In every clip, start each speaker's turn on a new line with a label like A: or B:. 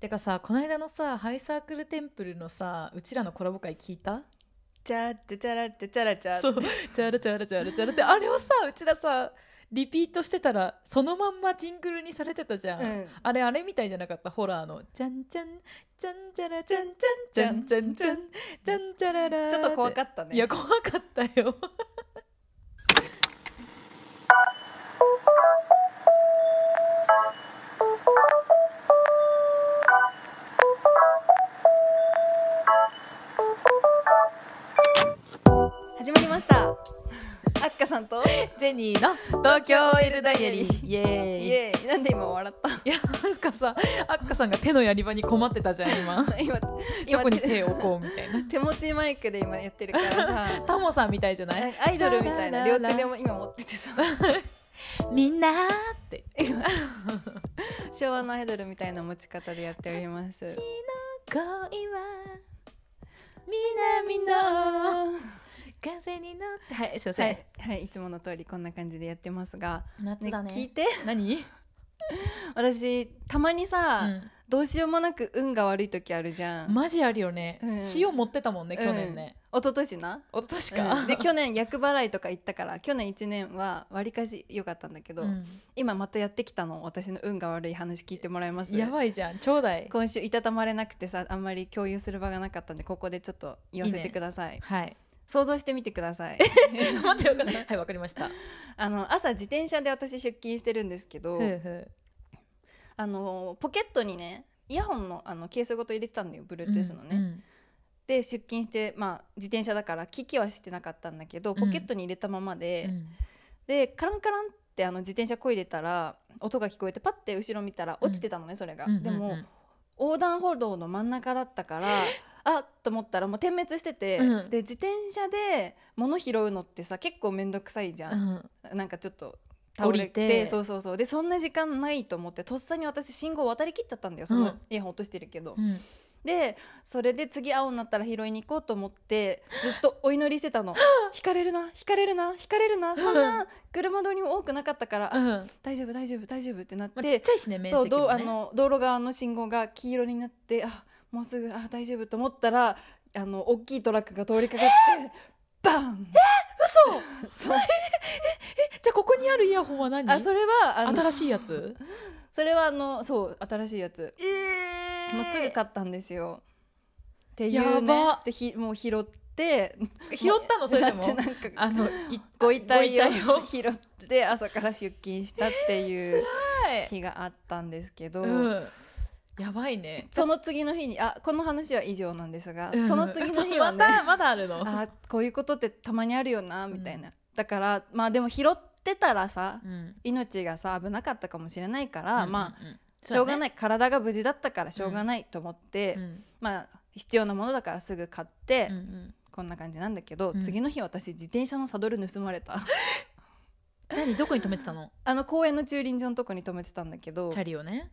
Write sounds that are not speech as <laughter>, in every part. A: てかさこの間のさハイサークルテンプルのさうちらのコラボ会聞いた
B: チャチャチャラチャチャラチ
A: <laughs>
B: ャ
A: そうチャラチャラチャラチャラってあれをさうちらさリピートしてたらそのまんまジングルにされてたじゃん、
B: うん
A: あれあれみたいじゃなかったホラーの「じゃんじゃんじゃんじゃらじゃんじゃんじゃんじゃんじゃんじゃんじゃらら」
B: ちょっと怖
A: っ
B: かった
A: た
B: ね
A: いや怖かったよ
B: 始まりました <laughs> あっかさんと
A: ジェニーの「東京 OL ダイアリー」イエーイ
B: イエーイなんで今
A: <laughs>
B: 笑っ
A: いやなんかさあっかさんが手のやり場に困ってたじゃん <laughs> 今
B: た今
A: ど
B: 今
A: こに手を置こうみたいな
B: <laughs> 手持ちマイクで今やってるから
A: <laughs>
B: さ
A: タモさんみたいじゃない
B: アイドルみたいな
A: ララ
B: 両
A: ラ
B: 手でも今持っててさ
A: みんなーって
B: 昭和のアイドルみたいな持ち方でやっております
A: 恋は南の風に乗ってはいすいません、
B: はい、はい、いつもの通りこんな感じでやってますが、
A: 夏
B: ね、
A: だね
B: 聞いて
A: 何、
B: 私たまにさ、
A: う
B: どうしようもなく運が悪い時あるじゃん、
A: ん、マジあるよね、
B: うん
A: 塩持ってたもんね去年ね、
B: 一昨年な
A: 一昨年か、
B: うんで去年厄払いとか行ったから去年1年はわりかし良かったんだけど、
A: うん
B: 今またやってきたの私の運が悪い話聞いてもらえます
A: やばいじゃんちょうだい
B: 今週いたたまれなくてさあんまり共有する場がなかったんでここでちょっと言わせ
A: いいね
B: てください
A: はい
B: <laughs> 想像してみてくださ
A: <laughs>
B: い
A: 待ってよかったはいわかりました
B: あの朝自転車で私出勤してるんですけど、
A: ふうふう
B: あのポケットにねイヤホンのあのケースごと入れてたんだよ Bluetooth のね、
A: うん
B: で出勤して、まあ、自転車だから機器はしてなかったんだけどポケットに入れたままで、
A: うんうん
B: でカランカランってあの自転車こいでたら音が聞こえてパッて後ろ見たら
A: うん
B: 落ちてたのね、それが、
A: うんうんうん
B: でも横断歩道の真ん中だっ
A: <laughs>
B: たからあっと思ったらもう点滅してて、
A: うん
B: で自転車で物拾うのってさ結構面倒くさいじゃ、
A: うんん
B: なんかちょっと倒れ
A: 降
B: て
A: りて
B: そうそうそうでそんな時間ないと思ってとっさに私信号渡りきっちゃったんだよそ
A: うん
B: のイヤホン落としてるけど、
A: うん
B: でそれで次青になったら拾いに行こうと思ってずっとお祈りしてた
A: <laughs>
B: の引かれるな引かれるな引かれるなそんな車通りも多くなかったから、
A: う
B: あ
A: んま
B: 大丈夫大丈夫大丈夫ってなって、
A: あ、ちっちゃいしね面
B: そう
A: 積
B: どう
A: も
B: あ
A: ね
B: の道路側の信号が黄色になってあもうすぐあ大丈夫と思ったらあの大きいトラックが通りかかってバン
A: 嘘 <laughs> じ
B: そう
A: ゃあここにあるイヤホンは何
B: あそれはあの
A: 新しいやつ
B: それはあのそう新しいやつ
A: ええ
B: もうすぐ買ったんですよ。ってい
A: や
B: うね
A: ば
B: でひもう拾って
A: 拾ったのそれでも
B: だって <laughs> なんか
A: あのい
B: ご遺体を
A: ご遺体を
B: 拾って朝から出勤したって
A: <laughs>
B: いう
A: はい
B: 日があったんですけど、
A: うん、やばいね
B: その次の日にあこの話は以上なんですが、
A: うん
B: その次の日
A: <laughs>
B: は
A: ま
B: ね
A: たまだあるの
B: あこういうことってたまにあるよなみたいな、
A: う
B: だからまあでも拾ってたらさ
A: うん
B: 命がさ危なかったかもしれないから、まあ
A: あ
B: しょうがないい体が無事だったからしょうがないと思って、まあ必要なものだからすぐ買って、こんな感じなんだけど、
A: うん
B: 次の日私自転車のサドル盗まれた。
A: 何どこに止めてたの
B: あの公園の駐輪場のとこに止めてたんだけど
A: チャリをね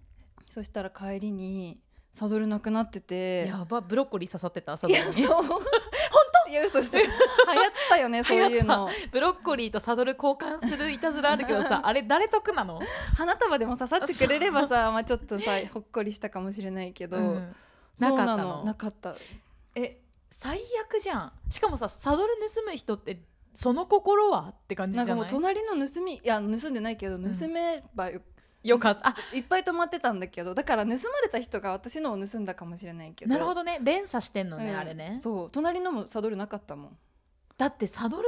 B: そしたら帰りにサドルなくなってて
A: やばブロッコリー刺さってた朝
B: い
A: ドル
B: や
A: に
B: そう本当いや嘘して流行ったよねそういうの
A: ブロッコリーとサドル交換するいたずらあるけど
B: <laughs>
A: さあれ誰得なの
B: 花束でも刺さってくれれば <laughs> さ、まあ、ちょっとさほっこりしたかもしれないけど、
A: うん
B: そうな
A: なかった
B: の
A: の
B: なかった
A: え最悪じゃんしかもさサドル盗む人ってその心はって感じじ
B: な
A: ゃ
B: ん
A: な
B: か
A: い
B: もう隣の盗みいや盗んでないけど
A: ん
B: 盗めばよ、
A: よかったあ
B: いっぱい止まってたんだけどだから盗まれた人が私のを盗んだかもしれないけど
A: なるほどね連鎖してんのね、
B: うん
A: あれね
B: そう隣のもサドルなかったもん
A: だってサドル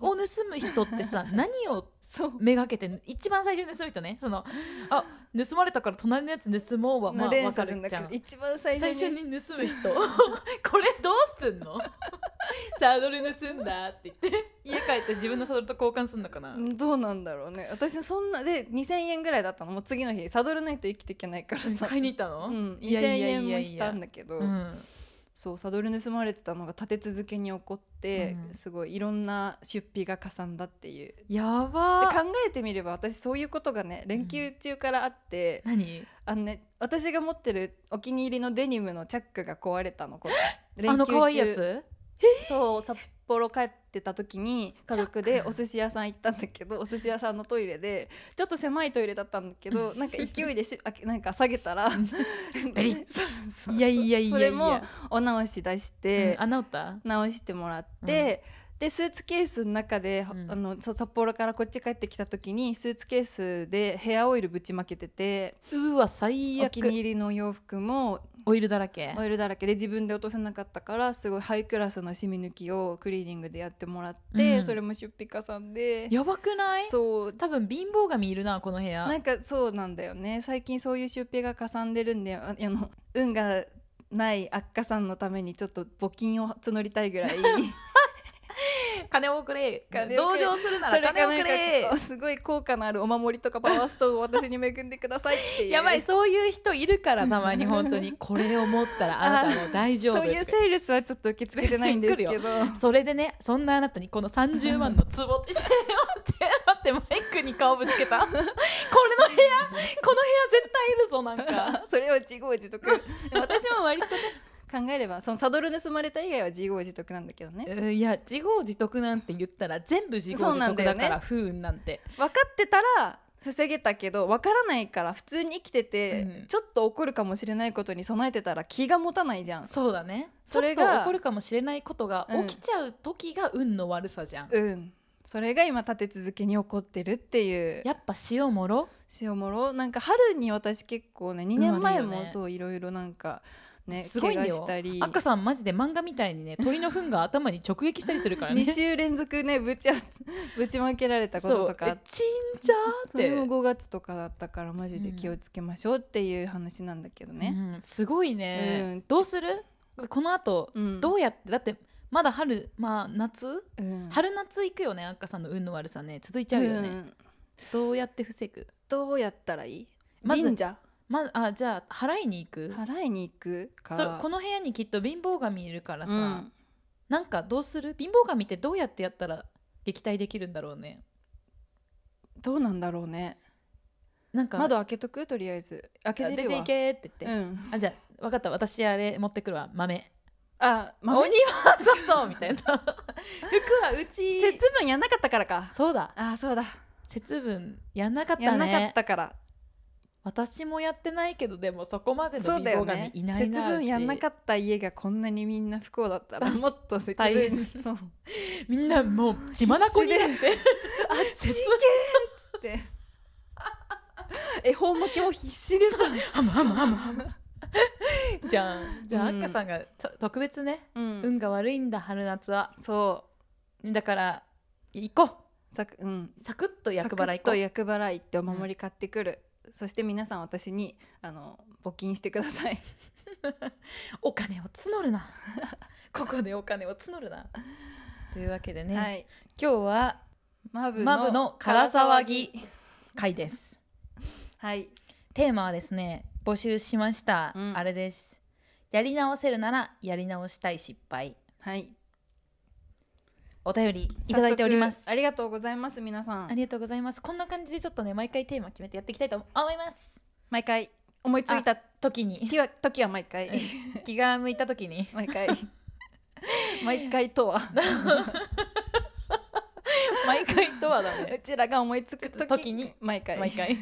A: を盗む人って
B: <laughs>
A: さ何を
B: そう
A: めがけて一番最初に盗む人ねそのあ盗まれたから隣のやつ盗もうはまあ
B: 連
A: わか
B: 鎖す
A: る
B: んだ
A: じ
B: け
A: ゃ
B: ど
A: ん
B: 一番最
A: 最
B: 初
A: 初
B: に
A: に盗む人 <laughs> これどうすんの <laughs> サドル盗んだって言って家帰って自分のサドルと交換すんのかな
B: うんどうなんだろうね私そんなで2000円ぐらいだったのもう次の日サドルないと生きていけないからさ、
A: 買いに行ったの、
B: うん、
A: いや
B: 2000
A: いやいやい
B: 円
A: や
B: もしたんだけど
A: うん
B: そうサドル盗まれてたのが立て続けに起こって、
A: うん
B: すごいいろんな出費がかさんだっていうで
A: やば
B: 考
A: ー
B: えてみれば私そういうことがね連休中からあって、
A: 何
B: あのね私が持ってるお気に入りのデニムのチャックが壊れたのこれ連
A: あ
B: 休
A: の
B: 中
A: 可愛いやつ
B: そう札幌帰ってた時に家族でお寿司屋さん行ったんだけどお寿司屋さんのトイレでちょっと狭いトイレだったんだけどなんか勢いでしあなんか下げたら
A: <laughs> ベ <laughs> リッ
B: そうそう
A: いやいやいやいや
B: それも <laughs> お直し出して、
A: うんあ治った
B: 直してもらって、でスーツケースの中で、
A: うん
B: あのそ札幌からこっち帰ってきた時にスーツケースでヘアオイルぶちまけてて
A: うわ最
B: お気に
A: 悪
B: 入りのお洋服も
A: オイルだらけ
B: オイルだらけで自分で落とせなかったからすごいハイクラスのシミ抜きをクリーニングでやってもらって、
A: うん
B: それも出費加算で
A: やばくない
B: そう
A: 多分貧乏神いるなこの部屋
B: なんかそうなんだよね最近そういう出費がかさんでるんでああの運がない悪化さんのためにちょっと募金を募りたいぐらい
A: 金をくれ
B: 金
A: 同
B: をくれ
A: 情する <laughs> な
B: それ
A: ら
B: か
A: 金を
B: なん
A: く
B: か
A: れ
B: こうすごい効果のあるお守りとかパワーストーンを私に恵んでくださいっていう
A: やばいそういう人いるからたまに本当 <laughs> にこれを持ったらあなたも大丈夫
B: そういうセールスはちょっと受け付けてないんですけ
A: <laughs>
B: ど
A: それでねそんなあなたにこの30万 <laughs> の壺って待って待ってマイクに顔ぶつけたこれの部屋この部屋絶対いるぞなんか
B: それは自業自得でも私も割とね考えればそのサドル盗まれた以外は自業自得なんだけどね
A: うんいや自業自得なんて言ったら全部自業
B: そう
A: 自
B: なんだ
A: 得だ
B: よね
A: から不運なんて
B: 分かってたら防げたけど分からないから普通に生きてて、
A: うん
B: ちょっと起こるかもしれないことに備えてたら気が持たないじゃん。
A: そうだね
B: それが
A: ちょっと起こるかもしれないことが
B: うん
A: 起きちゃう時が運の悪さじゃん、
B: うんそれが今立て続けに起こってるっていう
A: やっぱ塩もろ
B: 塩もろなんか春に私結構ね2年
A: うんあ
B: 前
A: るよ
B: も
A: ね
B: そういろいろなんかね
A: すごいんだ
B: 怪我
A: よ
B: したり
A: 赤さんマジで漫画みたいにね鳥の糞が頭に直撃したりする <laughs> からね
B: 2週連続ねぶちあ <laughs> ぶちまけられたこととかあ
A: そう
B: っ
A: えちんちゃーっ
B: それも
A: て
B: 5月とかだったからマジで気をつけましょうっていう話なんだけどね。
A: うんすごいね、
B: うん
A: どうするこの後、
B: うん
A: どうやってだってまだ春まあ夏
B: うん
A: 春夏行くよね赤さんの運の悪さね続いちゃうよね、
B: ん
A: どうやって防ぐ
B: どうやったらいい
A: まず
B: 神社
A: まあじゃあ払いに行く
B: 払いに行くか
A: そこの部屋にきっと貧乏神いるからさ、
B: うん
A: なんかどうする貧乏神ってどうやってやったら撃退できるんだろうね
B: どうなんだろうね
A: なんか
B: 窓開けとくとりあえず開け
A: 出
B: て
A: て
B: る
A: い
B: わ
A: けって言って、
B: うん、
A: あじゃあ分かった私あれ持ってくるわ豆
B: あ、まあ、
A: 鬼は外みた
B: <laughs>
A: いな服はうち
B: 節分やんなかったからか
A: そうだ
B: あそうだ
A: 節分やんなかったね
B: やんなかったから
A: 私もやってないけどでもそこまでの
B: そ
A: 貧
B: うだよ
A: 乏
B: ね
A: 神いない
B: 節
A: な、
B: 分やんなか
A: っ
B: った家がこんなにみんな不幸だったらもっと節
A: 大変
B: 分そう
A: たみんなもう血まなこになって
B: あっち行
A: 節
B: けっつって <laughs> 恵方巻きも必死でさ、
A: ハムハムハムハムじゃんじゃあ、
B: うん
A: あっかさんがと特別ね、
B: うん、
A: 運が悪いんだ春夏は
B: そ
A: だから行こ
B: うさくうん
A: うサクッと厄払い
B: サクッと
A: 行こ
B: 厄払いってお守り買ってくる、そして皆さん私にあの募金してください
A: うお金を募るな <laughs> ここでお金を募るなというわけ <laughs> でね、
B: はい
A: 今日は
B: マブ
A: マブのから騒ぎ回です
B: はい
A: テーマはですね募集しました、
B: うん
A: あれですやり直せるならやり直したい失敗
B: はい
A: お便りいただいております
B: 早速ありがとうございます皆さ
A: あ
B: ん
A: りがとうございますこんな感じでちょっとね毎回テーマ決めてやっていきたいと思います
B: 毎回思いついた
A: 時に
B: 時は時は毎回
A: うん気が向いた時 <laughs> に
B: <laughs> 毎回毎回とは
A: <laughs> 毎回とはだ
B: う
A: ね
B: ちらが思いつく時
A: 時に
B: 毎回
A: 毎回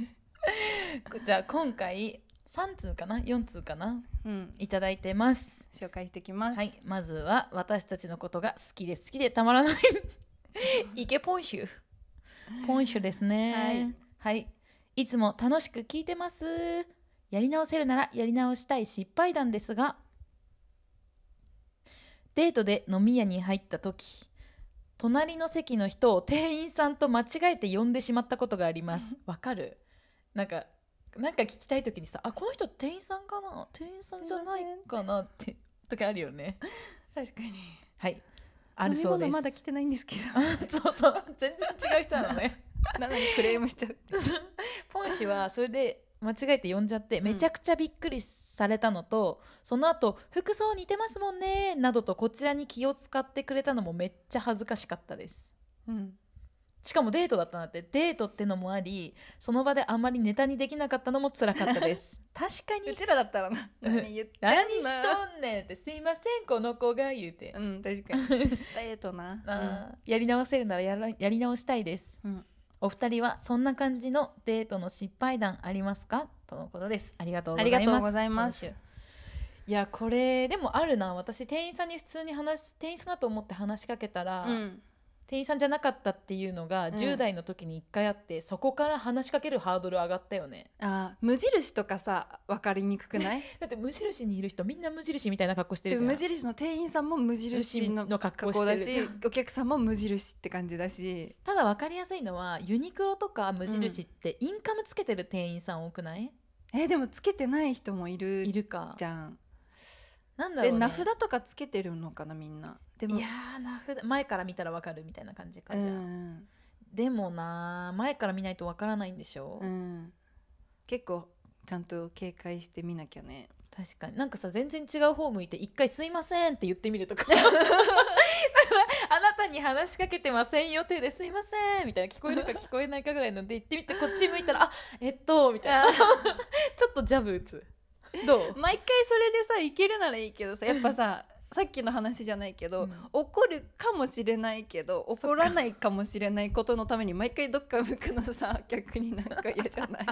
A: <laughs> じゃあ今回3通かな4通かな
B: うん、
A: いただいてます
B: 紹介してきます、
A: はい、まずは私たちのことが好きで好きでたまらないイケポンシュポンシュですねはい、い、つも楽しく聞いてますやり直せるならやり直したい失敗談ですがデートで飲み屋に入った時隣の席の人を店員さんと間違えて呼んでしまったことがありますわかるなんかなんか聞きたい時にさあこの人店員さんかな店員さんじゃないかなって時あるよね
B: 確かに
A: はい。あるそう
B: 飲み
A: です。
B: 物まだ来てないんですけど
A: <laughs> そうそう。全然違う人なのね。
B: なのにクレームしちゃう
A: <laughs> ポン氏はそれで間違えて呼んじゃってめちゃくちゃびっくりされたのと、その後服装似てますもんねなどとこちらに気を使ってくれたのもめっちゃ恥ずかしかったです。
B: うん
A: しかもデートだったなってデートってのもありその場であんまりネタにできなかったのも辛かったです <laughs> 確か
B: う
A: に
B: ちらだったらな何言ってんの
A: 何しとんねんってすいませんこの子が言うて、
B: うん確かにデートな
A: あーやり直せるならやらやり直したいです
B: うん、うん
A: お二人はそんな感じのデートの失敗談ありますかとのことですありがとうございます
B: ありがとうございます
A: 今週いやこれでもあるな私店員さんに普通に話し店員さんだと思って話しかけたら、
B: うん、
A: 店員さんじゃなかったっていうのが
B: うん
A: 10代の時に1回あって、そこから話しかけるハードル上がったよね
B: あー無印とかさ分かりにくくない
A: だって無印にいる人みんな無印みたいな格好して
B: で
A: るじ
B: も
A: ゃん
B: 無印の店員さんも無印の
A: 無格
B: 格好だ
A: して
B: し
A: る
B: お客さんも無印って感じだし
A: ただ分かりやすいのはユニクロとか無印ってインカムつけてる店員さん多くない、
B: えでもつけてない人もいる
A: いるか
B: じゃん、
A: なんだろ
B: で
A: う、ね、
B: 名札とかつけてるのかなみんなでも
A: いやー名札前から見たら分かるみたいな感じか
B: う
A: じゃあ、
B: ん
A: でもなー前から見ないと分からないんでしょ、
B: うん結構ちゃんと警戒してみなきゃね
A: 確かになんかさ全然違う方向いて一回「すいません」って言ってみると
B: <laughs>
A: かだからあなたに話しかけてません予定ですいませんみたいな聞こえるか聞こえないかぐらいので言ってみてこっち向い
B: <laughs>
A: たら「あえっと」みたいなちょっとジャブ打つどう
B: 毎回それでさいけるならいいけどさやっ
A: <laughs>
B: ぱささっきの話じゃないけど、
A: うん
B: 怒るかもしれないけど怒らないかもしれないことのために毎回どっか向くの <laughs> さ逆になんか嫌じゃない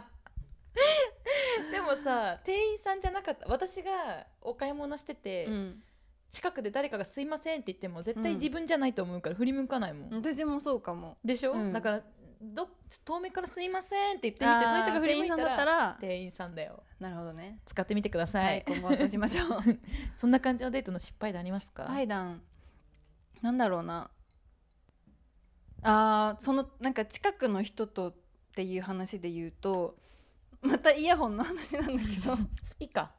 A: でもさ店員さんじゃなかった私がお買い物してて、
B: うん
A: 近くで誰かが「すいません」って言っても絶対
B: うん
A: 自分じゃないと思うから振り向かないもん、
B: 私もそうかも
A: でしょ、
B: うん
A: だからど遠目から「すいません」って言ってみ
B: あ
A: て
B: ー
A: そういう人が振り向いた
B: 店員さんだった
A: ら
B: ら
A: 店員さんだよ
B: なるほどね
A: 使ってみてくださ、
B: はいい今後はそうしましょ <laughs> う
A: <laughs> そんな感じのデートの失敗でありますか
B: 失敗談なんだろうなあーそのなんか近くの人とっていう話で言うとまたイヤホンの話なんだけ <laughs> ど
A: 好きか、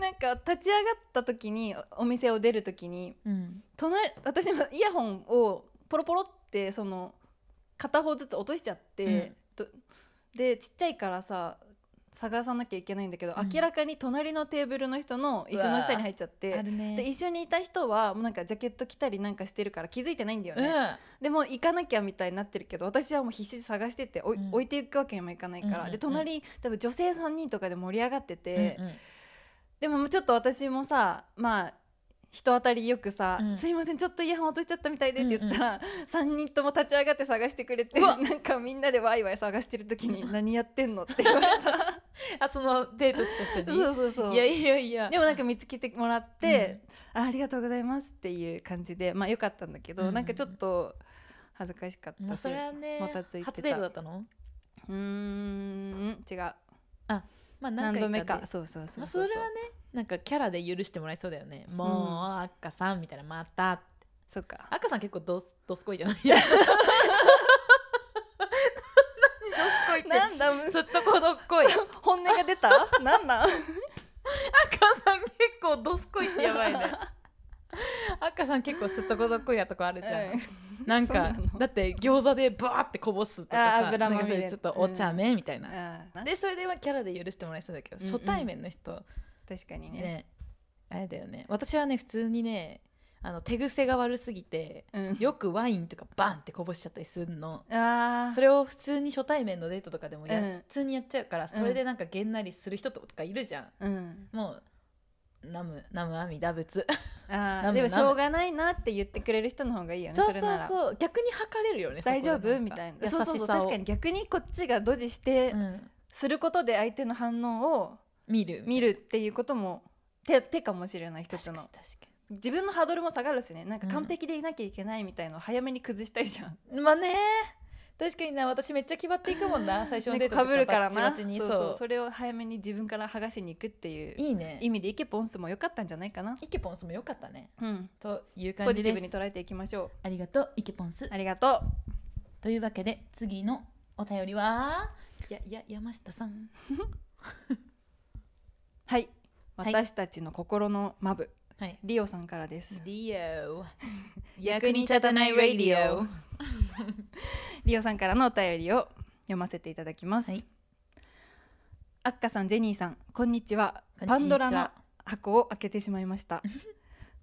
B: なんか立ち上がった時におお店を出る時に
A: うん、
B: 隣私もイヤホンをポロポロってその片方ずつ落としちゃって、とでちっちゃいからさ探さなきゃいけないんだけど、
A: うん
B: 明らかに隣のテーブルの人の椅子の下に入っちゃって
A: あるね
B: で一緒にいた人はもうなんかジャケット着たりなんかしてるから気づいてないんだよね、でもう行かなきゃみたいになってるけど私はもう必死で探してておい、
A: うん
B: 置いていくわけにもいかないから、
A: うんうんうん
B: で隣多分女性3人とかで盛り上がって
A: う
B: て
A: ん、うん
B: <laughs>
A: うん
B: でもちょっと私もさまあ人当たりよくさ「
A: うん
B: すいませんちょっとイヤホン落としちゃったみたいで」って言ったら、三3人とも立ち上がって探してくれて
A: うわ
B: なんかみんなでワイワイ探してる時に「何やってんの?」って言わ
A: <laughs>
B: れた
A: あそのデートした人に
B: そうそうそう
A: いやいやいや
B: でもなんか見つけてもらって、あ「ありがとうございます」っていう感じでまあよかったんだけど、
A: うんうんうん
B: なんかちょっと恥ずかしかった
A: まあそれはね
B: もたついてた
A: 初デートだったの
B: うーん違う
A: まあ
B: 何
A: 何回
B: 度目
A: で
B: かそうそうそう
A: まあ、それはねなんかキャラで許してもらえそうだよねもう、
B: うん
A: あっかさんみたいなまた
B: そっ
A: <laughs>
B: か
A: あっかさん結構どすどすこいじゃ
B: <laughs>
A: ないいや何どすこいって
B: なんだむ
A: すっとこどっこい
B: <laughs> 本音が
A: <laughs>
B: 出たなんなん
A: 赤さん結構どすこいってやばいね赤さん結構すっとこどっこいなとこあるじゃん、
B: うん
A: なんか
B: そうなの
A: だって餃子でバーってこぼすとか
B: あー
A: さ
B: 油
A: なん
B: ま
A: か
B: み
A: そ
B: れ
A: れちょっとお茶目みたいな、
B: あー
A: でそれではキャラで許してもらいそうだけど、
B: うんうん
A: 初対面の人
B: 確かにね
A: ねあれだよね私はね普通にねあの手癖が悪すぎ
B: <laughs>
A: て
B: うん、
A: よくワインとかバンってこぼしちゃったりするの
B: ああ
A: それを普通に初対面のデートとかでもや、
B: うん
A: 普通にやっちゃうからそれでなんかげんなりする人とかいるじゃん、
B: うん、
A: もうナムナム阿弥陀仏
B: あ
A: な
B: ー
A: ん
B: でも
A: なん
B: しょうがないなって言ってくれる人の方がいいよね
A: そうそう
B: れなら
A: そう逆に測れるよね
B: 大丈
A: そこで
B: 夫
A: ん
B: み
A: か
B: たいな
A: 優しさ
B: そう
A: を
B: そうそう確かに逆にこっちがドジして、
A: うん
B: することで相手の反応を
A: 見る
B: 見るっていうことも手手かもしれない一つ
A: 確かに
B: の
A: 確か
B: 自分のハードルも下がるしねなんか
A: うん
B: 完璧でいなきゃいけないみたいのを早めに崩したいじゃん、
A: にまあね確かにな私めっちゃ気張っていくもん
B: <laughs>
A: な最初のデート
B: かぶるから
A: バッチ
B: な
A: バチに
B: そ
A: そうう
B: そうそれを早めに自分から剥がしに行くっていう
A: いいね
B: 意味でイケポンスも良かったんじゃないかな、
A: イケポンスも良かったね
B: うん、
A: という感
B: ポ
A: じ
B: ジテ
A: で
B: ィ
A: す
B: ブに捉えていきましょ
A: ありがとうイケポンス
B: うありがとう
A: というわけで次のお便りはやや山下さん
B: はい
A: はい
B: 私たちの心のマブ
A: はい
B: リオさんからです
A: リ <laughs> オ
B: 役に立たないラディオ <laughs> リオさんからのお便りを読ませていただきます、
A: はい
B: あっかさんジェニーさんこんにちは
A: こんにちは
B: パンドラ
A: <laughs>
B: の箱を開けてしまいました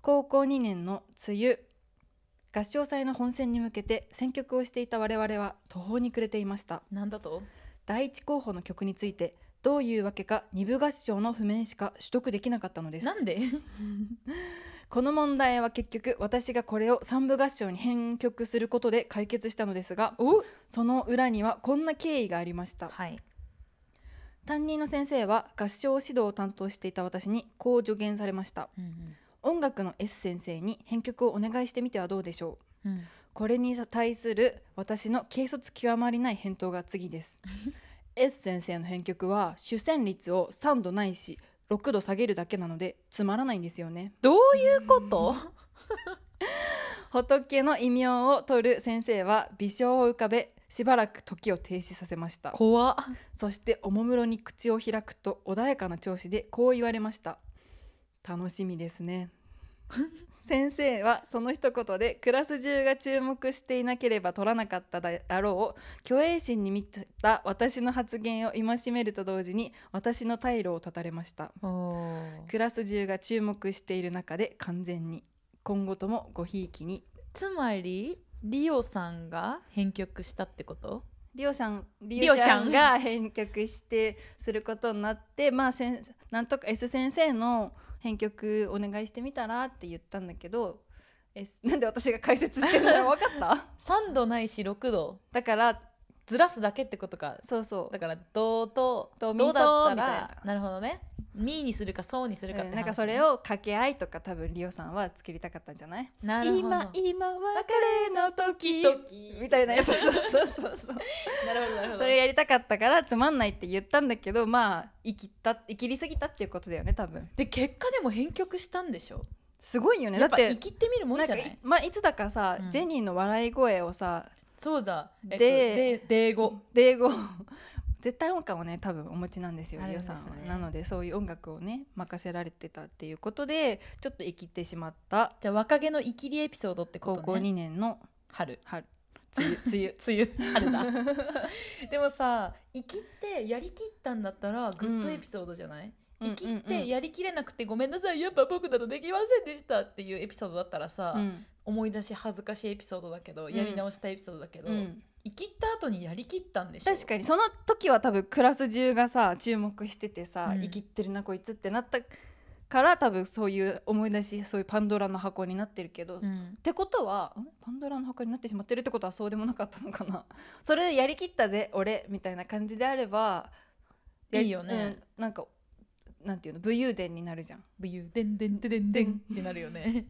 B: 高校2年の梅雨合唱祭の本選に向けて選曲をしていた我々は途方に暮れていました
A: なんだと
B: 第一候補の曲についてどういうわけか二部合唱の譜面しか取得できなかったのです
A: なんで
B: この問題は結局私がこれを三部合唱に編曲することで解決したのですが
A: お
B: その裏にはこんな経緯がありました
A: はい
B: 担任の先生は合唱指導を担当していた私にこう助言されました
A: うん
B: 音楽の S 先生に編曲をお願いしてみてはどうでしょう
A: うんうん
B: これに対する私の軽率極まりない返答が次です S 先生の編曲は主旋律を3度ないし6度下げるだけなのでつまらないんですよね
A: どういうこと
B: 仏の異名を取る先生は微笑を浮かべしばらく時を停止させました
A: 怖っ
B: そしておもむろに口を開くと穏やかな調子でこう言われました楽しみですね先生はその一言でクラス中が注目していなければ取らなかっただろう虚栄心に満ちた私の発言を戒めると同時に私の退路を断たれました
A: お
B: クラス中が注目している中で完全に今後ともごひいきに
A: つまりリオさんが編曲したってこと
B: リオシャン
A: リ
B: リ
A: オ
B: オ
A: シ
B: シ
A: ャン
B: ャンが編曲してすることになってまあせんなんとか S 先生の編曲お願いしてみたらって言ったんだけど S なんで私が解説してるの分かった
A: <laughs> 3度ないし6度
B: だから
A: ずらすだけってことか
B: そうそう
A: だから「ど」と「ど」
B: ドミソ
A: だった
B: みたい
A: らなるほどね「み」にするか「そう」にするかって
B: う
A: 話、ね
B: んなんかそれを掛け合いとか多分リオさんは作りたかったんじゃない
A: なるほど
B: 今今別れの時
A: 時
B: みた <laughs> いなやつそうそうそうそう
A: なるほどなるほど
B: それやりたかったからつまんないって言ったんだけどまあ生きた生きりすぎたっていうことだよね多分
A: で結果でも編曲したんでしょ
B: すごいよね
A: や
B: だ
A: っ
B: っ
A: ぱ
B: て
A: 生きてみるもんじゃない
B: んかいまあ、いつだかさ、
A: うん
B: ジェニーの笑い声をさ
A: そうだえっと
B: で
A: で英語
B: 英語 <laughs> 絶対音感をね多分お持ちなんですよ
A: あるん
B: リ
A: で
B: オ
A: す
B: さ
A: ね
B: んは、なのでそういう音楽をね任せられてたっていうことでちょっと生きてしまった
A: じゃあ若気の生きりエピソードってこ
B: 高
A: とね
B: 校2年の
A: 春
B: 春梅
A: <laughs>
B: 雨梅
A: 梅雨春だ <laughs> でもさ生きってやりきったんだったらグッドエピソードじゃない、
B: 雨
A: 生きっ
B: うんうんう
A: て
B: ん
A: やりきれなくてごめんなさいやっぱ僕だとできませんでしたっていうエピソードだったらさ、
B: うん
A: 思い出し恥ずかしいエピソードだけど
B: ん
A: やり直したエピソードだけど、
B: うん
A: 生きった後にやりきったんでしょ
B: 確かにその時は多分クラス中がさ注目しててさ、
A: うん
B: 生きってるなこいつってなったから多分そういう思い出しそういうパンドラの箱になってるけど、
A: うん
B: ってことはんパンドラの箱になってしまってるってことはそうでもなかったのかな <laughs> それでやりきったぜ俺みたいな感じであればやり
A: いいよね、
B: うんなんかなんていうの武勇伝になるじゃん、
A: ブユーでんでんでんでんでんってなるよね、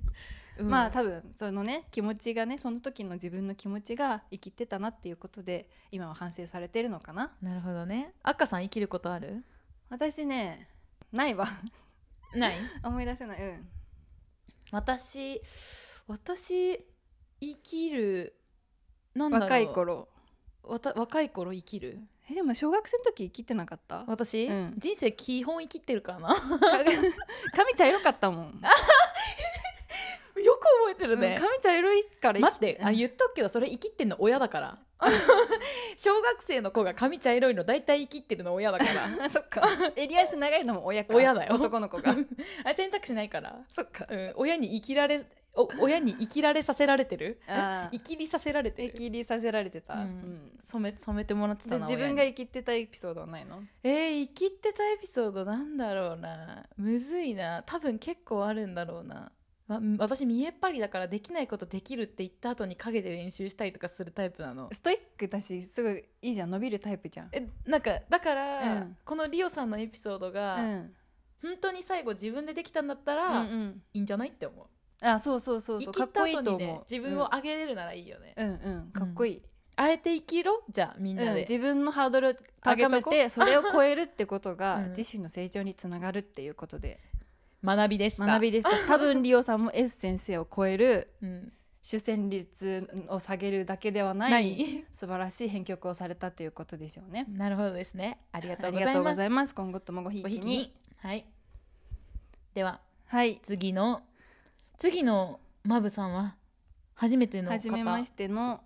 A: うん
B: まあ多分そのね気持ちがねその時の自分の気持ちが生きてたなっていうことで今は反省されてるのかな
A: なるほどね赤さん生きることある
B: 私ねないわ <laughs>
A: ない
B: 思い出せないうん
A: 私私生きるなんだろう
B: 若い頃
A: わた若い頃生きる
B: えでも小学生の時生きてなかった <laughs> か
A: 私、
B: うん
A: 人生基本生きってるからな <laughs> よ
B: 髪茶色かったもん、
A: く覚えて
B: う
A: る
B: ん
A: ね
B: 髪、茶色いから生き
A: 待ってあ言っとくけどそれ生きってんの親だから <laughs> 小学生の子が髪茶色いの大体生きってるの親だから
B: あ <laughs> そっか襟足長いのも親か
A: <laughs> 親だよ
B: 男の子 <laughs> が
A: <laughs> あれ選択肢ないから、
B: そっか
A: うん、親に生きられお親に生きられさせられてる
B: あー
A: 生きりさせられて
B: 生
A: る
B: きりさせられてた、
A: うん
B: うん
A: 染め染めてもらって
B: で
A: たな
B: 自
A: 親
B: 分
A: に
B: が生きてたエピソードはないの
A: えー、生きってたエピソードなんだろうなむずいな多分結構あるんだろうな、ま、私見えっ張りだからできないことできるって言った後に陰で練習したりとかするタイプなの
B: ストイックだしすぐいいじゃん伸びるタイプじゃん
A: えなんかだから、
B: うん
A: このリオさんのエピソードが、
B: うん
A: 本当に最後自分でできたんだった
B: う
A: ら、
B: んうん
A: いいんじゃないって思う
B: あそうそうそうそう
A: 生
B: か
A: き
B: った
A: 後
B: こいい
A: に、
B: と
A: ね
B: 思う、
A: 自分を上げれるならいいよね、
B: うんうんかっこいい、
A: あえて生きろじゃあみん
B: うん
A: なで、
B: 自分のハードル高め
A: 上
B: てそれを超えるってこと <laughs> が、
A: うん
B: 自身の成長につながるっていうことで
A: 学びでした
B: 学 <laughs> びでした多分リオさんも S 先生を超える
A: うん、
B: 主旋律を下げるだけでは
A: な
B: ないい素晴らしい編曲をされたということでしょうね。
A: <laughs> なるほどですねありがと
B: あ
A: う
B: り
A: ご
B: が
A: ざ
B: と
A: いう
B: ご
A: ます
B: ざいます。今後ともごひい
A: ご
B: き
A: ひい
B: に。
A: きにはいでは
B: はい。
A: 次の次のマブさんは初めての方
B: はじめましての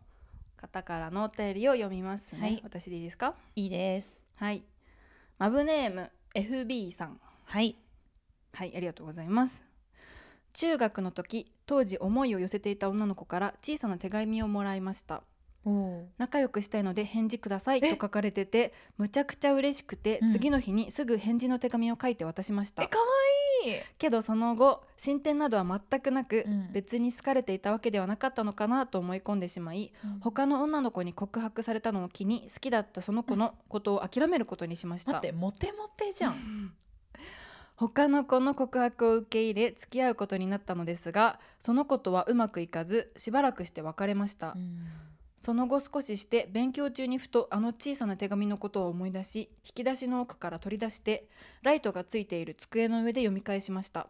B: 方からのお便りを読みますね。
A: はい
B: 私でいいですか？
A: いいです
B: はい。マブネーム FB さん。
A: はい
B: はい、ありがとうございます。中学の時当時思いを寄せていた女の子から小さな手紙をもらいました
A: お
B: 仲良くしたいので返事くださいと
A: え
B: 書かれててむちゃくちゃ嬉しくて、
A: うん
B: 次の日にすぐ返事の手紙を書いて渡しまし
A: え
B: た
A: かわいい
B: けどその後進展などは全くなく、
A: うん
B: 別に好かれていたわけではなかったのかなと思い込んでしまい他の女の子に告白されたのを機に好きだったその子のことを諦めることにしました
A: 待ってモテモテじゃん
B: <laughs> 他の子の告白を受け入れ付き合うことになったのですがその子とはうまくいかずしばらくして別れました、
A: うん
B: その後少しして勉強中にふとあの小さな手紙のことを思い出し引き出しの奥から取り出してライトがついている机の上で読み返しました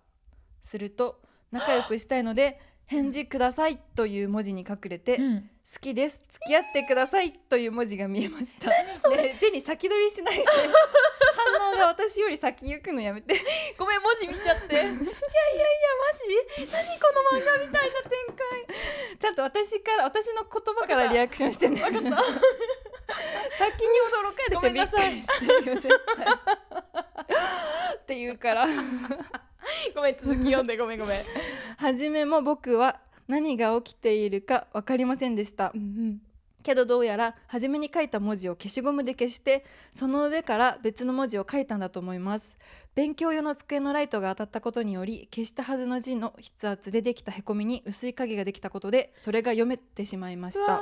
B: すると「仲良くしたいので返事ください」という文字に隠れて「
A: うん
B: 好きです付き合ってください」という文字が見えましたねえジェニー先取りしないで反応が私より先行くのやめて
A: <laughs> ごめん文字見ちゃっていやいやいやマジ何この漫画みたいな展開
B: <laughs> ちゃんと私から私の言葉からリアクションしてね先に驚かれてびっくりしてるよ絶対って言うから
A: ごめん続き読んでごめんごめん
B: 初めも僕は何が起きているか分かりませんでした
A: うん
B: けどどうやら初めに書いた文字を消しゴムで消してその上から別の文字を書いたんだと思います勉強用の机のライトが当たったことにより消したはずの字の筆圧でできたへこみに薄い影ができたことでそれが読めてしまいました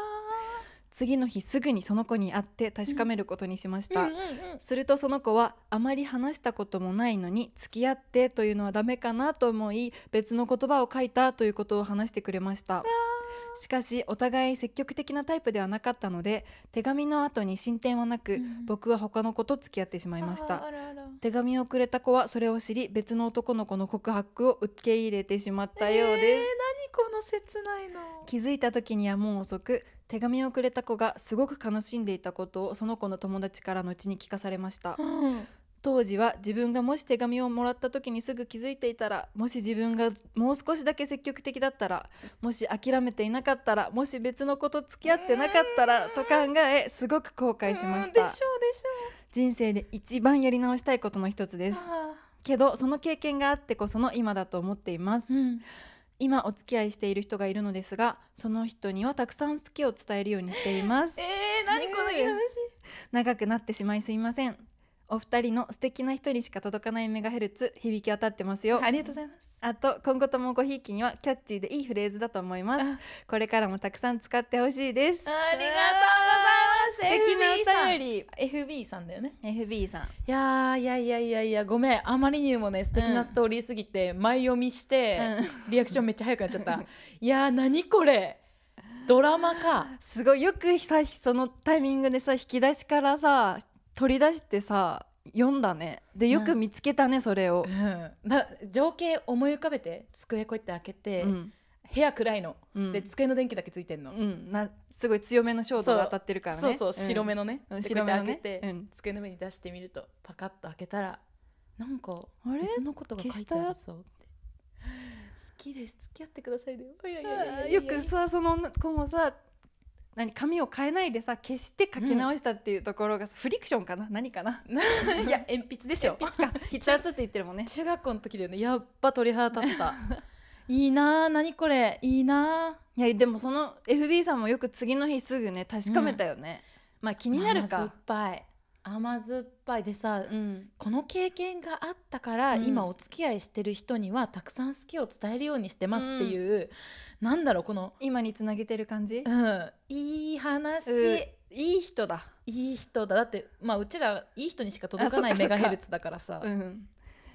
B: 次の日すぐにその子に会って確かめることにしました、
A: うんうんうん
B: するとその子はあまり話したこともないのに付き合ってというのはダメかなと思い別の言葉を書いたということを話してくれましたしかしお互い積極的なタイプではなかったので手紙の後に進展はなく、
A: うん
B: 僕は他の子と付き合ってしまいまし
A: あー
B: た
A: あらあら
B: 手紙をくれた子はそれを知り別の男の子の告白を受け入れてしまったようです、
A: えー何この切ないの
B: 気づいた時にはもう遅く手紙をくれた子がすごく悲しんでいたことをその子の友達から後に聞かされました
A: うん
B: 当時は自分がもし手紙をもらった時にすぐ気づいていたらもし自分がもう少しだけ積極的だったらもし諦めていなかったらもし別の子と付き合ってなかったらと考えすごく後悔しまし
A: うんで
B: た
A: しょうでし
B: 人生で一番やり直したいことの一つで
A: ょう
B: す
A: あ
B: けどその経験があってこその今だと思っています
A: ーうん
B: 今お付き合いしている人がいるのですがその人にはたくさん好きを伝えるようにしています
A: えー何このいい話
B: ね長くなってしまいすいませんお二人の素敵な人にしか届かないメガヘルツ響き当たってますよ
A: ありがとうございます
B: あと今後ともごひいきにはキャッチーでいいフレーズだと思います
A: あ
B: これからもたくさん使ってほしいです
A: ありがとうございます
B: 素敵なお便り
A: FB さんだよね
B: FB さん
A: いやーいやいやいやいやごめんあまりにもね素敵なストーリーすぎて、前読みして、リアクションめっちゃ早くなっちゃった <laughs> いやー何これドラマか
B: すごいよくさそのタイミングでさ引き出しからさ取り出してさ読んだねでよく見つけたねそれを、
A: うんな情景思い浮かべて机こうやって開けて、
B: うん
A: 部屋暗いの、
B: うん
A: で机の電気だけついてんの、
B: うん、なすごい強めの照度が当たってるからね
A: そうそう、
B: ん
A: 白目のね、
B: うん
A: で
B: 白目の
A: こうや
B: ね
A: って開けて、
B: うん
A: 机の上に出してみるとパカッと開けたらなんか
B: あれ
A: 別のことが書いてあるそうって好きです付き合ってくださいでよいやいやいやいやいや
B: よくさその子もさ何髪を変えないでさ消して書き直したっていうところがさ、フリクションかな何か <laughs> な
A: <laughs>
B: い
A: や鉛筆でしょ
B: 筆か筆圧って言ってるもんね
A: 中学校の時だよねやっぱ鳥肌立ったいいなあ何これいいなあ
B: いやでもその FB さんもよく次の日すぐね確かめたよね、まあ気になる
A: 甘酸っ
B: か、
A: ぱい甘酸っぱいでさ、
B: うん、
A: この経験があったから、
B: うん
A: 今お付き合いしてる人にはたくさん好きを伝えるようにしてますっていう、なんだろうこの、
B: 今につなげてる感じ、
A: うん、いい話、
B: うんいい人だ
A: いい人だだって、まあ、うちらいい人にしか届かな
B: あ
A: い
B: そ
A: メ
B: っかそっか
A: ガヘルツだからさ、
B: うん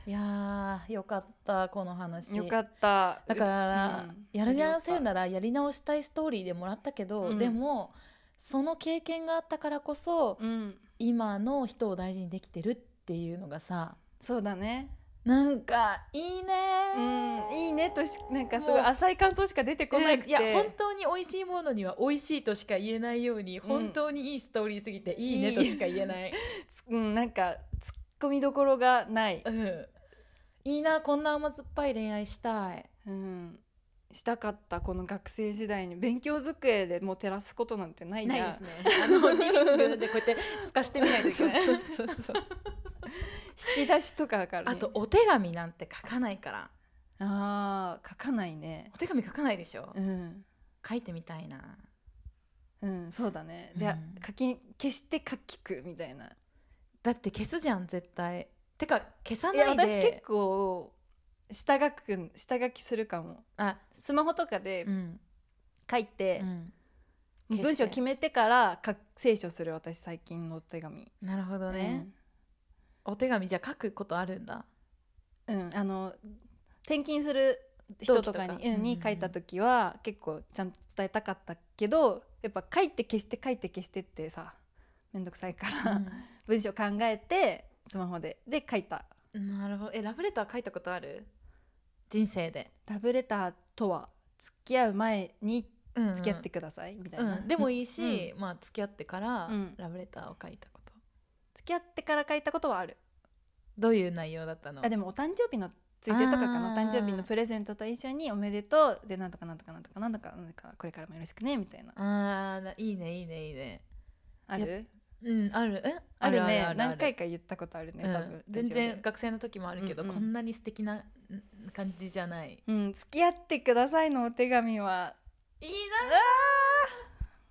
A: いやーよかったこの話
B: よかった
A: だから、
B: うん
A: やり直せるならやり直したいストーリーでもらったけど、
B: うん
A: でもその経験があったからこそ
B: うん
A: 今の人を大事にできてるっていうのがさ
B: そうだね
A: なんかいいね
B: うん、いいねとしなんかす
A: も
B: ご
A: う
B: い浅い感想しか出てこなくて、
A: いや本当に美味しいものには美味しいとしか言えないように、
B: ん
A: 本当にいいストーリーすぎていいねとしか言えない、
B: つうん、なんか突っ込みどころがない、
A: うん、いいなこんな甘酸っぱい恋愛したい
B: うん、したかったこの学生時代に勉強机でもう照らすことなんてない
A: な
B: ない
A: ですねあのリビングでこうやって透かしてみないといけ
B: そう
A: ない
B: そうそうそう引き出しとかから、ね、
A: あとお手紙なんて書かないから
B: あー書かないね
A: お手紙書かないでしょ、
B: うん
A: 書いてみたいな
B: うんそうだねで、
A: うん
B: 書き消して書きくみたいな
A: だって消すじゃん絶対てか消さ
B: い
A: な
B: や
A: いで
B: 私結構下書く下書きするかも
A: あ
B: スマホとかで
A: うん、
B: 書いて
A: う、ん、消して
B: 文章決めてから書聖書する私最近のお手紙
A: なるほどね、お手紙じゃあ書くことあるんだ
B: うん、うんあの転勤する人とか
A: 同期と
B: に
A: か
B: うんに書いた時は結構ちゃんと伝えたかったけどやっぱ書いて消して書いて消してってさめんどくさいから、文章考えてスマホでで書いた
A: うんなるほどえラブレター書いたことある人生で、
B: ラブレターとは付き合う前に
A: うんうん
B: 付き合ってください、みたいな、
A: うん、でも
B: うん
A: いいし、まあ付き合ってから
B: うん
A: ラブレターを書いたこと、
B: 付き合ってから書いたことはある
A: どういう内容だったの
B: あでもお誕生日のついてとかかな
A: あ
B: お
A: ー
B: 誕生日のプレゼントと一緒に「おめでとう」でなんとかなんとかなんとかなんとかなんとかこれからもよろしくねみたいな
A: あーないいねいいねいいね
B: ある
A: うんあるえ
B: あるね
A: ある
B: 何回
A: か
B: か言ったことあるね多分
A: 全然
B: ラジ
A: 学生の時もあるけど、
B: うんうん
A: こんなに素敵なん感じじゃない
B: オでうん付き合ってくださいのお手
A: <laughs>
B: 紙はい
A: いな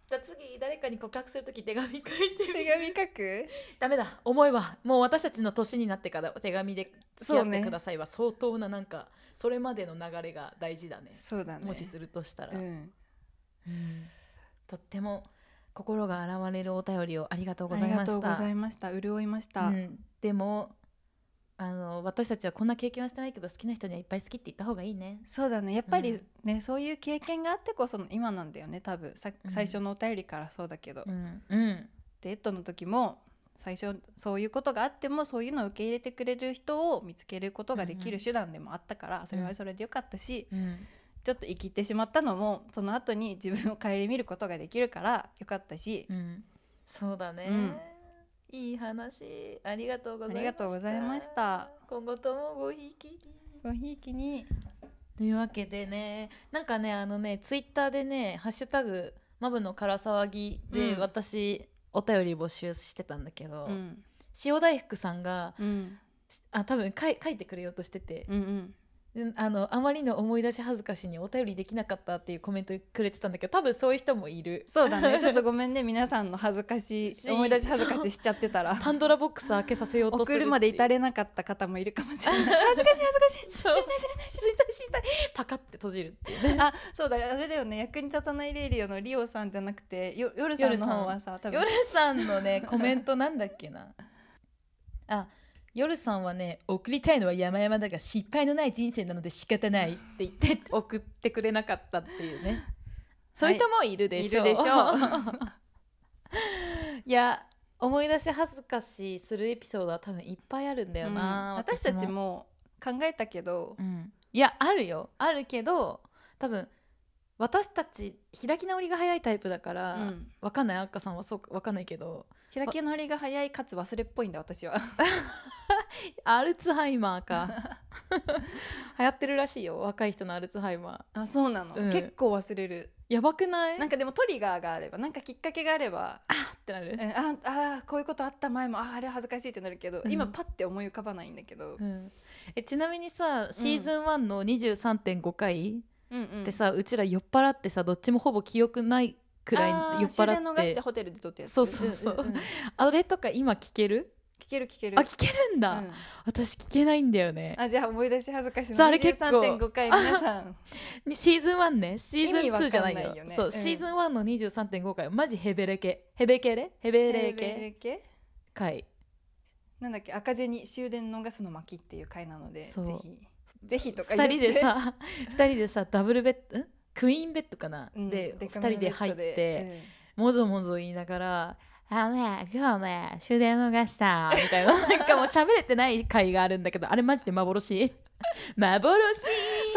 A: じゃあ次誰かに告白する時手紙書いてみ
B: 手
A: る
B: 紙書く
A: ダメだ思えばもう私たちの年になってからお手紙で付き合
B: そう
A: って
B: ね
A: くださいは相当ななんかそれまでの流れが大事だね
B: そうだね
A: もしするとしたら、
B: うん
A: うんとっても心が洗われるお便りをありがとうご
B: あ
A: ざい
B: り
A: ま
B: が
A: した
B: とうございました潤いました
A: うん、でもあの私たちはこんな経験はしてないけど好きな人にはいっぱい好きって言った方がいいね
B: そうだねやっぱ
A: う
B: り
A: ん
B: ねそういう経験があってこその今なんだよね多分さ
A: うん
B: 最初のお便りからそうだけど
A: うんうん
B: デートの時も最初そういうことがあってもそういうのを受け入れてくれる人を見つけることができ
A: うんう
B: る
A: ん
B: 手段でもあったから、それはそれでよかったし、
A: うん
B: ちょっと生きてしまったのもその後に自分を顧みることができるからよかったし、
A: うんそうだね、いい話ありがとうございました
B: ありがとうございました
A: 今後ともごひいきに
B: ごひいきに
A: というわけでねなんかねあのねツイッターでね「ハッシュタグマブのから騒ぎ」で
B: うん
A: 私、お便り募集してたんだけど、
B: うん
A: 塩大福さんが
B: うん
A: あ多分かい書いてくれようとしてて、
B: うんうん
A: うんあのあまりの思い出し恥ずかしにお便りできなかったっていうコメントくれてたんだけど多分そういう人もいる
B: そうだ <laughs> ねちょっとごめんね皆さんの恥ずかしい
A: し
B: 思い出し恥ずかしいしちゃってたら
A: パンドラボックス開けさせようとする
B: <laughs> 送るまで至
A: れ
B: れなかった方もいるかもしれない恥ずかしい恥ずかし
A: <laughs>
B: い知
A: そう
B: りたい知りたい
A: 知りたい知りたいパカって閉じるっていうね
B: <laughs> あそうだあれだよね役に立たないレイリオのリオさんじゃなくてよ夜さんの方はさ多分
A: 夜さんの <laughs> ねコメントなんだっけなあ夜さんはね送りたいのは山々だが失敗のない人生なので仕方ないって言って送ってくれなかったっていう <laughs> ねそういう人もいるで
B: い
A: しょ
B: る
A: う、
B: でしょう
A: <laughs> いや思い出し恥ずかしするエピソードは多分いっぱいあるんだよな、
B: うん <laughs> 私たちも考えたけど
A: うんいやあるよあるけど多分私たち開き直りが早いタイプだか
B: う
A: ら、
B: ん
A: わかんないあっかさんはそうかわかんないけど
B: 開き直りが早いかつ忘れっぽいんだ私は
A: アルツハイマーか <laughs> 流行ってるらしいよ若い人のアルツハイマ
B: あそうなの、
A: うん
B: 結構忘れる
A: ーやばくない
B: なんかでもトリガーがあればなんかきっかけがあればあ
A: ってなる、
B: ああこういうことあった前もああれ恥ずかしいってなるけど、
A: うん
B: 今パッて思い浮かばないんだけど、
A: うんえちなみにさシーズン1の23.5回
B: うんうん
A: でさ、うちら酔っ払ってさどっちもほぼ記憶ないくらい
B: あー
A: 酔っ払
B: 終電
A: っ
B: 逃しててホテルで撮ったやつ
A: そうそうそうん
B: んん聞
A: あれとか今聞ける
B: ける聞ける
A: あ聞けるんだ、
B: うん
A: 私聞けないんだよね
B: あじゃあ思い出し恥ずかしの
A: そうあれ結構
B: 23.5回皆さ
A: <laughs>
B: ん
A: にシーズン1ねシーズン
B: 意味わかんな
A: 2
B: い
A: じゃないよ
B: よね
A: そう、
B: うん
A: シーズン1の23.5回マジヘベレケヘベケレヘベレケ
B: 系
A: 回
B: なんだっけ赤字に終電逃すの巻っていう回なので
A: そう
B: ぜひぜひとか言
A: 2
B: って
A: 人でさ二人でさダブルベッドんクイーンベッドかな、
B: うん
A: で
B: でか
A: 2人
B: めの
A: で
B: ベッ
A: 入っ
B: ドで
A: て、もぞもぞ言いながら「あのね今日ね終電逃した」みたいな <laughs> なんかもう喋れてない回があるんだけどあれマジで幻 <laughs> 幻
B: うんそ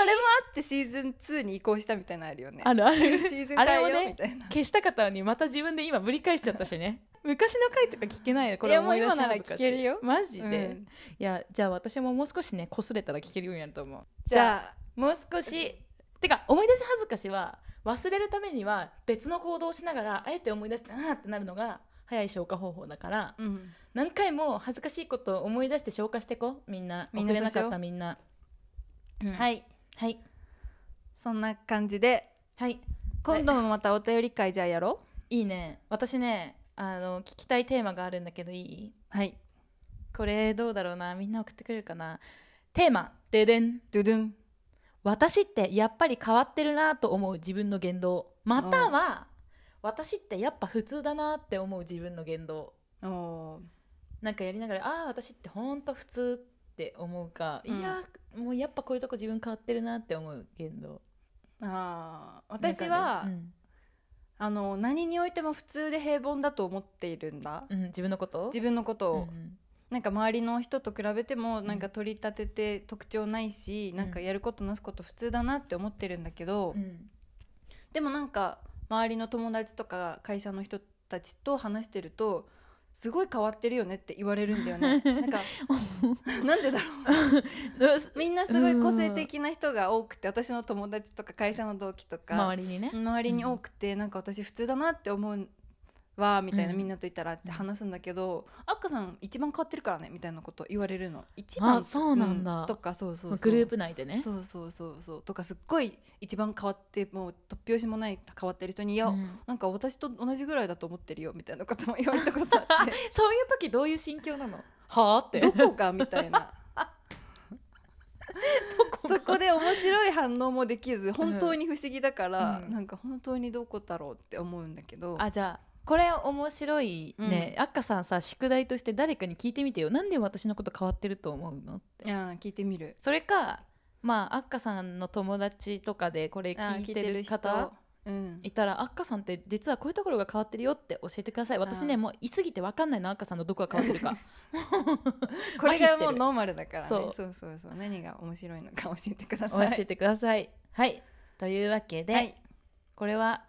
B: れもあってシーズン2に移行したみたいなのあるよね
A: あるあ
B: シ
A: る
B: ーズン変え
A: あれを
B: よ
A: ね
B: うみたいな
A: 消したかったのにまた自分で今ぶり返しちゃったしね昔の回とか聞けないのこ
B: い
A: れ
B: やも
A: 思
B: う
A: い出し
B: 今なら
A: 恥ずかしい
B: 聞けるよ
A: マジで、
B: うん
A: いやじゃあ私ももう少しね擦れたら聞けるようになると思う
B: じゃあ
A: もう少してか思い出し恥ずかしは忘れるためには別の行動をしながらあえて思い出してあーってなるのが早い消化方法だから
B: うん
A: 何回も恥ずかしいことを思い出して消化してこみんな
B: みん
A: 遅
B: な
A: れなかったみんな、
B: うん
A: はいはい
B: そんな感じで
A: はい
B: 今度もまたお便り会じゃあやろ
A: いいね私ねあの聞きたいテーマがあるんだけどいいう
B: はい
A: これどうだろうなみんな送ってくれるかなテーマででん
B: ドゥドゥン
A: 私ってやっぱり変わってるなと思う自分の言動または私ってやっぱ普通だなって思う自分の言動
B: お
A: なんかやりながらああー私ってほんと普通って思うか、
B: うん
A: いやーもうやっぱこういうとこ自分変わってるなって思う言動
B: ーあー私は、
A: うん
B: あの何においても普通で平凡だと思っているんだ、
A: うん自分のこと
B: 自分のことを、
A: うんうん
B: なんか周りの人と比べても
A: ん
B: なんか取り立てて特徴ないし、
A: ん
B: なんかやることなすこと普通だなって思ってるんだけど、
A: うん
B: でもなんか周りの友達とか会社の人たちと話してるとすごい変わってるよねって言われるんだ
A: <laughs>
B: よねなんか <laughs> なんでだろうみんなすごい個性的な人が多くて私の友達とか会社の同期とか
A: 周りにね、
B: 周りに多くて、なんか私普通だなって思うわみたいな、
A: うん
B: みんなと言ったらって話すんだけど、あっかさん一番変わってるからねみたいなこと言われるの一番
A: あそうなんだ
B: うとかそうそうそう
A: そのグループ内でね
B: そうそうそうそうとかすっごい一番変わってもう突拍子もない変わってる人に「いや、
A: うん
B: なんか私と同じぐらいだと思ってるよ」みたいなことも言われたこ
A: <laughs>
B: とあっ
A: そういう時どういう心境なのはあって
B: てどこがみた
A: <laughs>
B: いなそこ
A: で
B: で面白い反応もできず本当に不思議だから、
A: うん
B: なんか本当にどこだろうって思うんだけど
A: あじゃあこれ面白いね、あっかさんさ宿題として誰かに聞いてみてよなんで私のこと変わってると思うのって
B: いや聞いてみる。
A: それかまああっかさんの友達とかでこれ
B: あー
A: 聞いてる方、
B: 人うん、
A: いたらあっかさんって実はこういうところが変わってるよって教えてください私ね
B: あー
A: もういすぎて分かんないのあっかさんのどこが変わってる <laughs> か
B: これがもうノーマルだからね
A: そ
B: そううそうそう何が面白いのか教えてくだ
A: 教
B: さい
A: えてくださいはいというわけで、
B: はい、
A: これは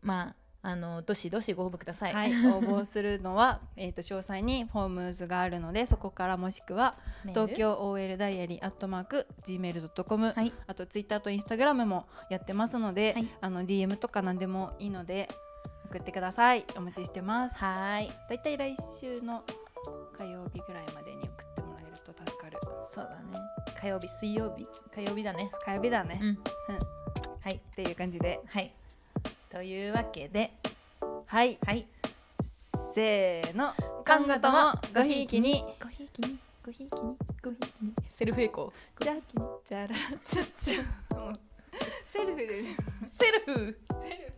A: まああのどしどしご応募ください、
B: はい、応募するのは <laughs> えーと詳細にフォームズがあるのでそこからもしくは
A: メール
B: 東京 OL ダイアリーアットマーク gmail.com
A: はい
B: あとツイッターとインスタグラムもやってますので、
A: はい
B: あの DM とか何でもいいので送ってくださいお待ちしてます
A: はーい
B: だいたい来週の火曜日ぐらいまでに送ってもらえると助かる
A: そうだね火曜日水曜日火曜日だね
B: 火曜日だね、
A: うん
B: っ
A: はい
B: ていう感じで
A: はいというわけで
B: はい
A: はい
B: せーの今後ともごひいきに
A: ごひいきにごひいきにごひいきにセルフエコー
B: じゃ
A: ごひいきに
B: じゃらちゃちゃもうセルフで
A: セルフ
B: セルフ